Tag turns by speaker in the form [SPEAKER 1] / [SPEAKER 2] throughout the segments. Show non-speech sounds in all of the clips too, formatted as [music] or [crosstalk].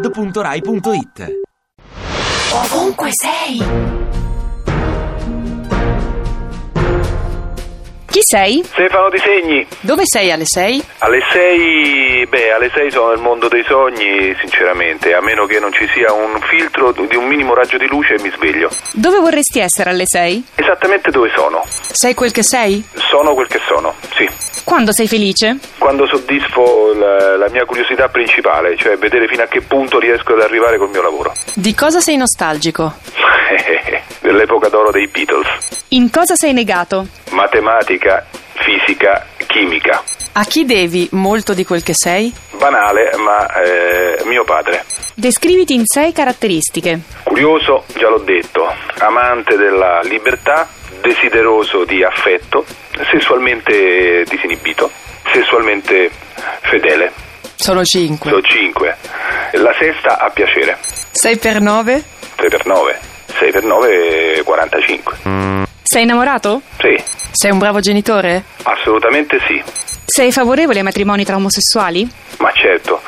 [SPEAKER 1] radio2pod.rai.it
[SPEAKER 2] Ovunque sei!
[SPEAKER 3] Chi sei?
[SPEAKER 4] Stefano Disegni,
[SPEAKER 3] Dove sei alle 6?
[SPEAKER 4] alle 6, beh, alle 6 sono nel mondo dei sogni, sinceramente, a meno che non ci sia un filtro di un minimo raggio di luce mi sveglio.
[SPEAKER 3] Dove vorresti essere alle 6?
[SPEAKER 4] Esattamente dove sono?
[SPEAKER 3] Sei quel che sei?
[SPEAKER 4] Sono quel che sono, sì.
[SPEAKER 3] Quando sei felice?
[SPEAKER 4] Quando soddisfo la, la mia curiosità principale, cioè vedere fino a che punto riesco ad arrivare col mio lavoro. [laughs]
[SPEAKER 3] Di cosa sei nostalgico?
[SPEAKER 4] Dell'epoca d'oro dei Beatles.
[SPEAKER 3] In cosa sei negato?
[SPEAKER 4] Matematica, fisica, chimica.
[SPEAKER 3] A chi devi molto di quel che sei?
[SPEAKER 4] Banale, ma eh, mio padre.
[SPEAKER 3] Descriviti in sei caratteristiche.
[SPEAKER 4] Curioso, già l'ho detto, amante della libertà, desideroso di affetto, sessualmente disinibito, sessualmente fedele.
[SPEAKER 3] Sono 5.
[SPEAKER 4] Sono 5. La sesta a piacere,
[SPEAKER 3] 6 per 9?
[SPEAKER 4] 3 per 9, 6 per 9 45.
[SPEAKER 3] Sei innamorato?
[SPEAKER 4] Sì,
[SPEAKER 3] Sei un bravo genitore?
[SPEAKER 4] assolutamente sì.
[SPEAKER 3] Sei favorevole ai matrimoni tra omosessuali?
[SPEAKER 4] Ma certo,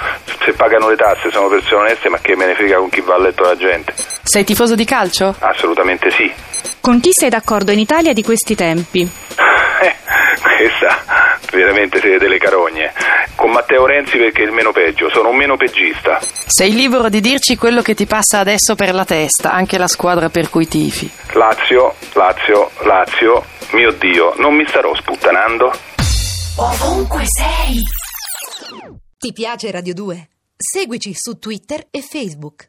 [SPEAKER 4] se pagano le tasse sono persone oneste, ma che me ne frega con chi va a letto la gente?
[SPEAKER 3] Sei tifoso di calcio?
[SPEAKER 4] Assolutamente sì.
[SPEAKER 3] Con chi sei d'accordo in Italia di questi tempi?
[SPEAKER 4] Eh, questa veramente siete delle carogne. Con Matteo Renzi perché è il meno peggio, sono un meno peggista.
[SPEAKER 5] Sei libero di dirci quello che ti passa adesso per la testa, anche la squadra per cui tifi.
[SPEAKER 4] Lazio, Lazio, Lazio, mio Dio, non mi starò sputtanando?
[SPEAKER 2] Ovunque sei!
[SPEAKER 6] Ti piace Radio 2? Seguici su Twitter e Facebook.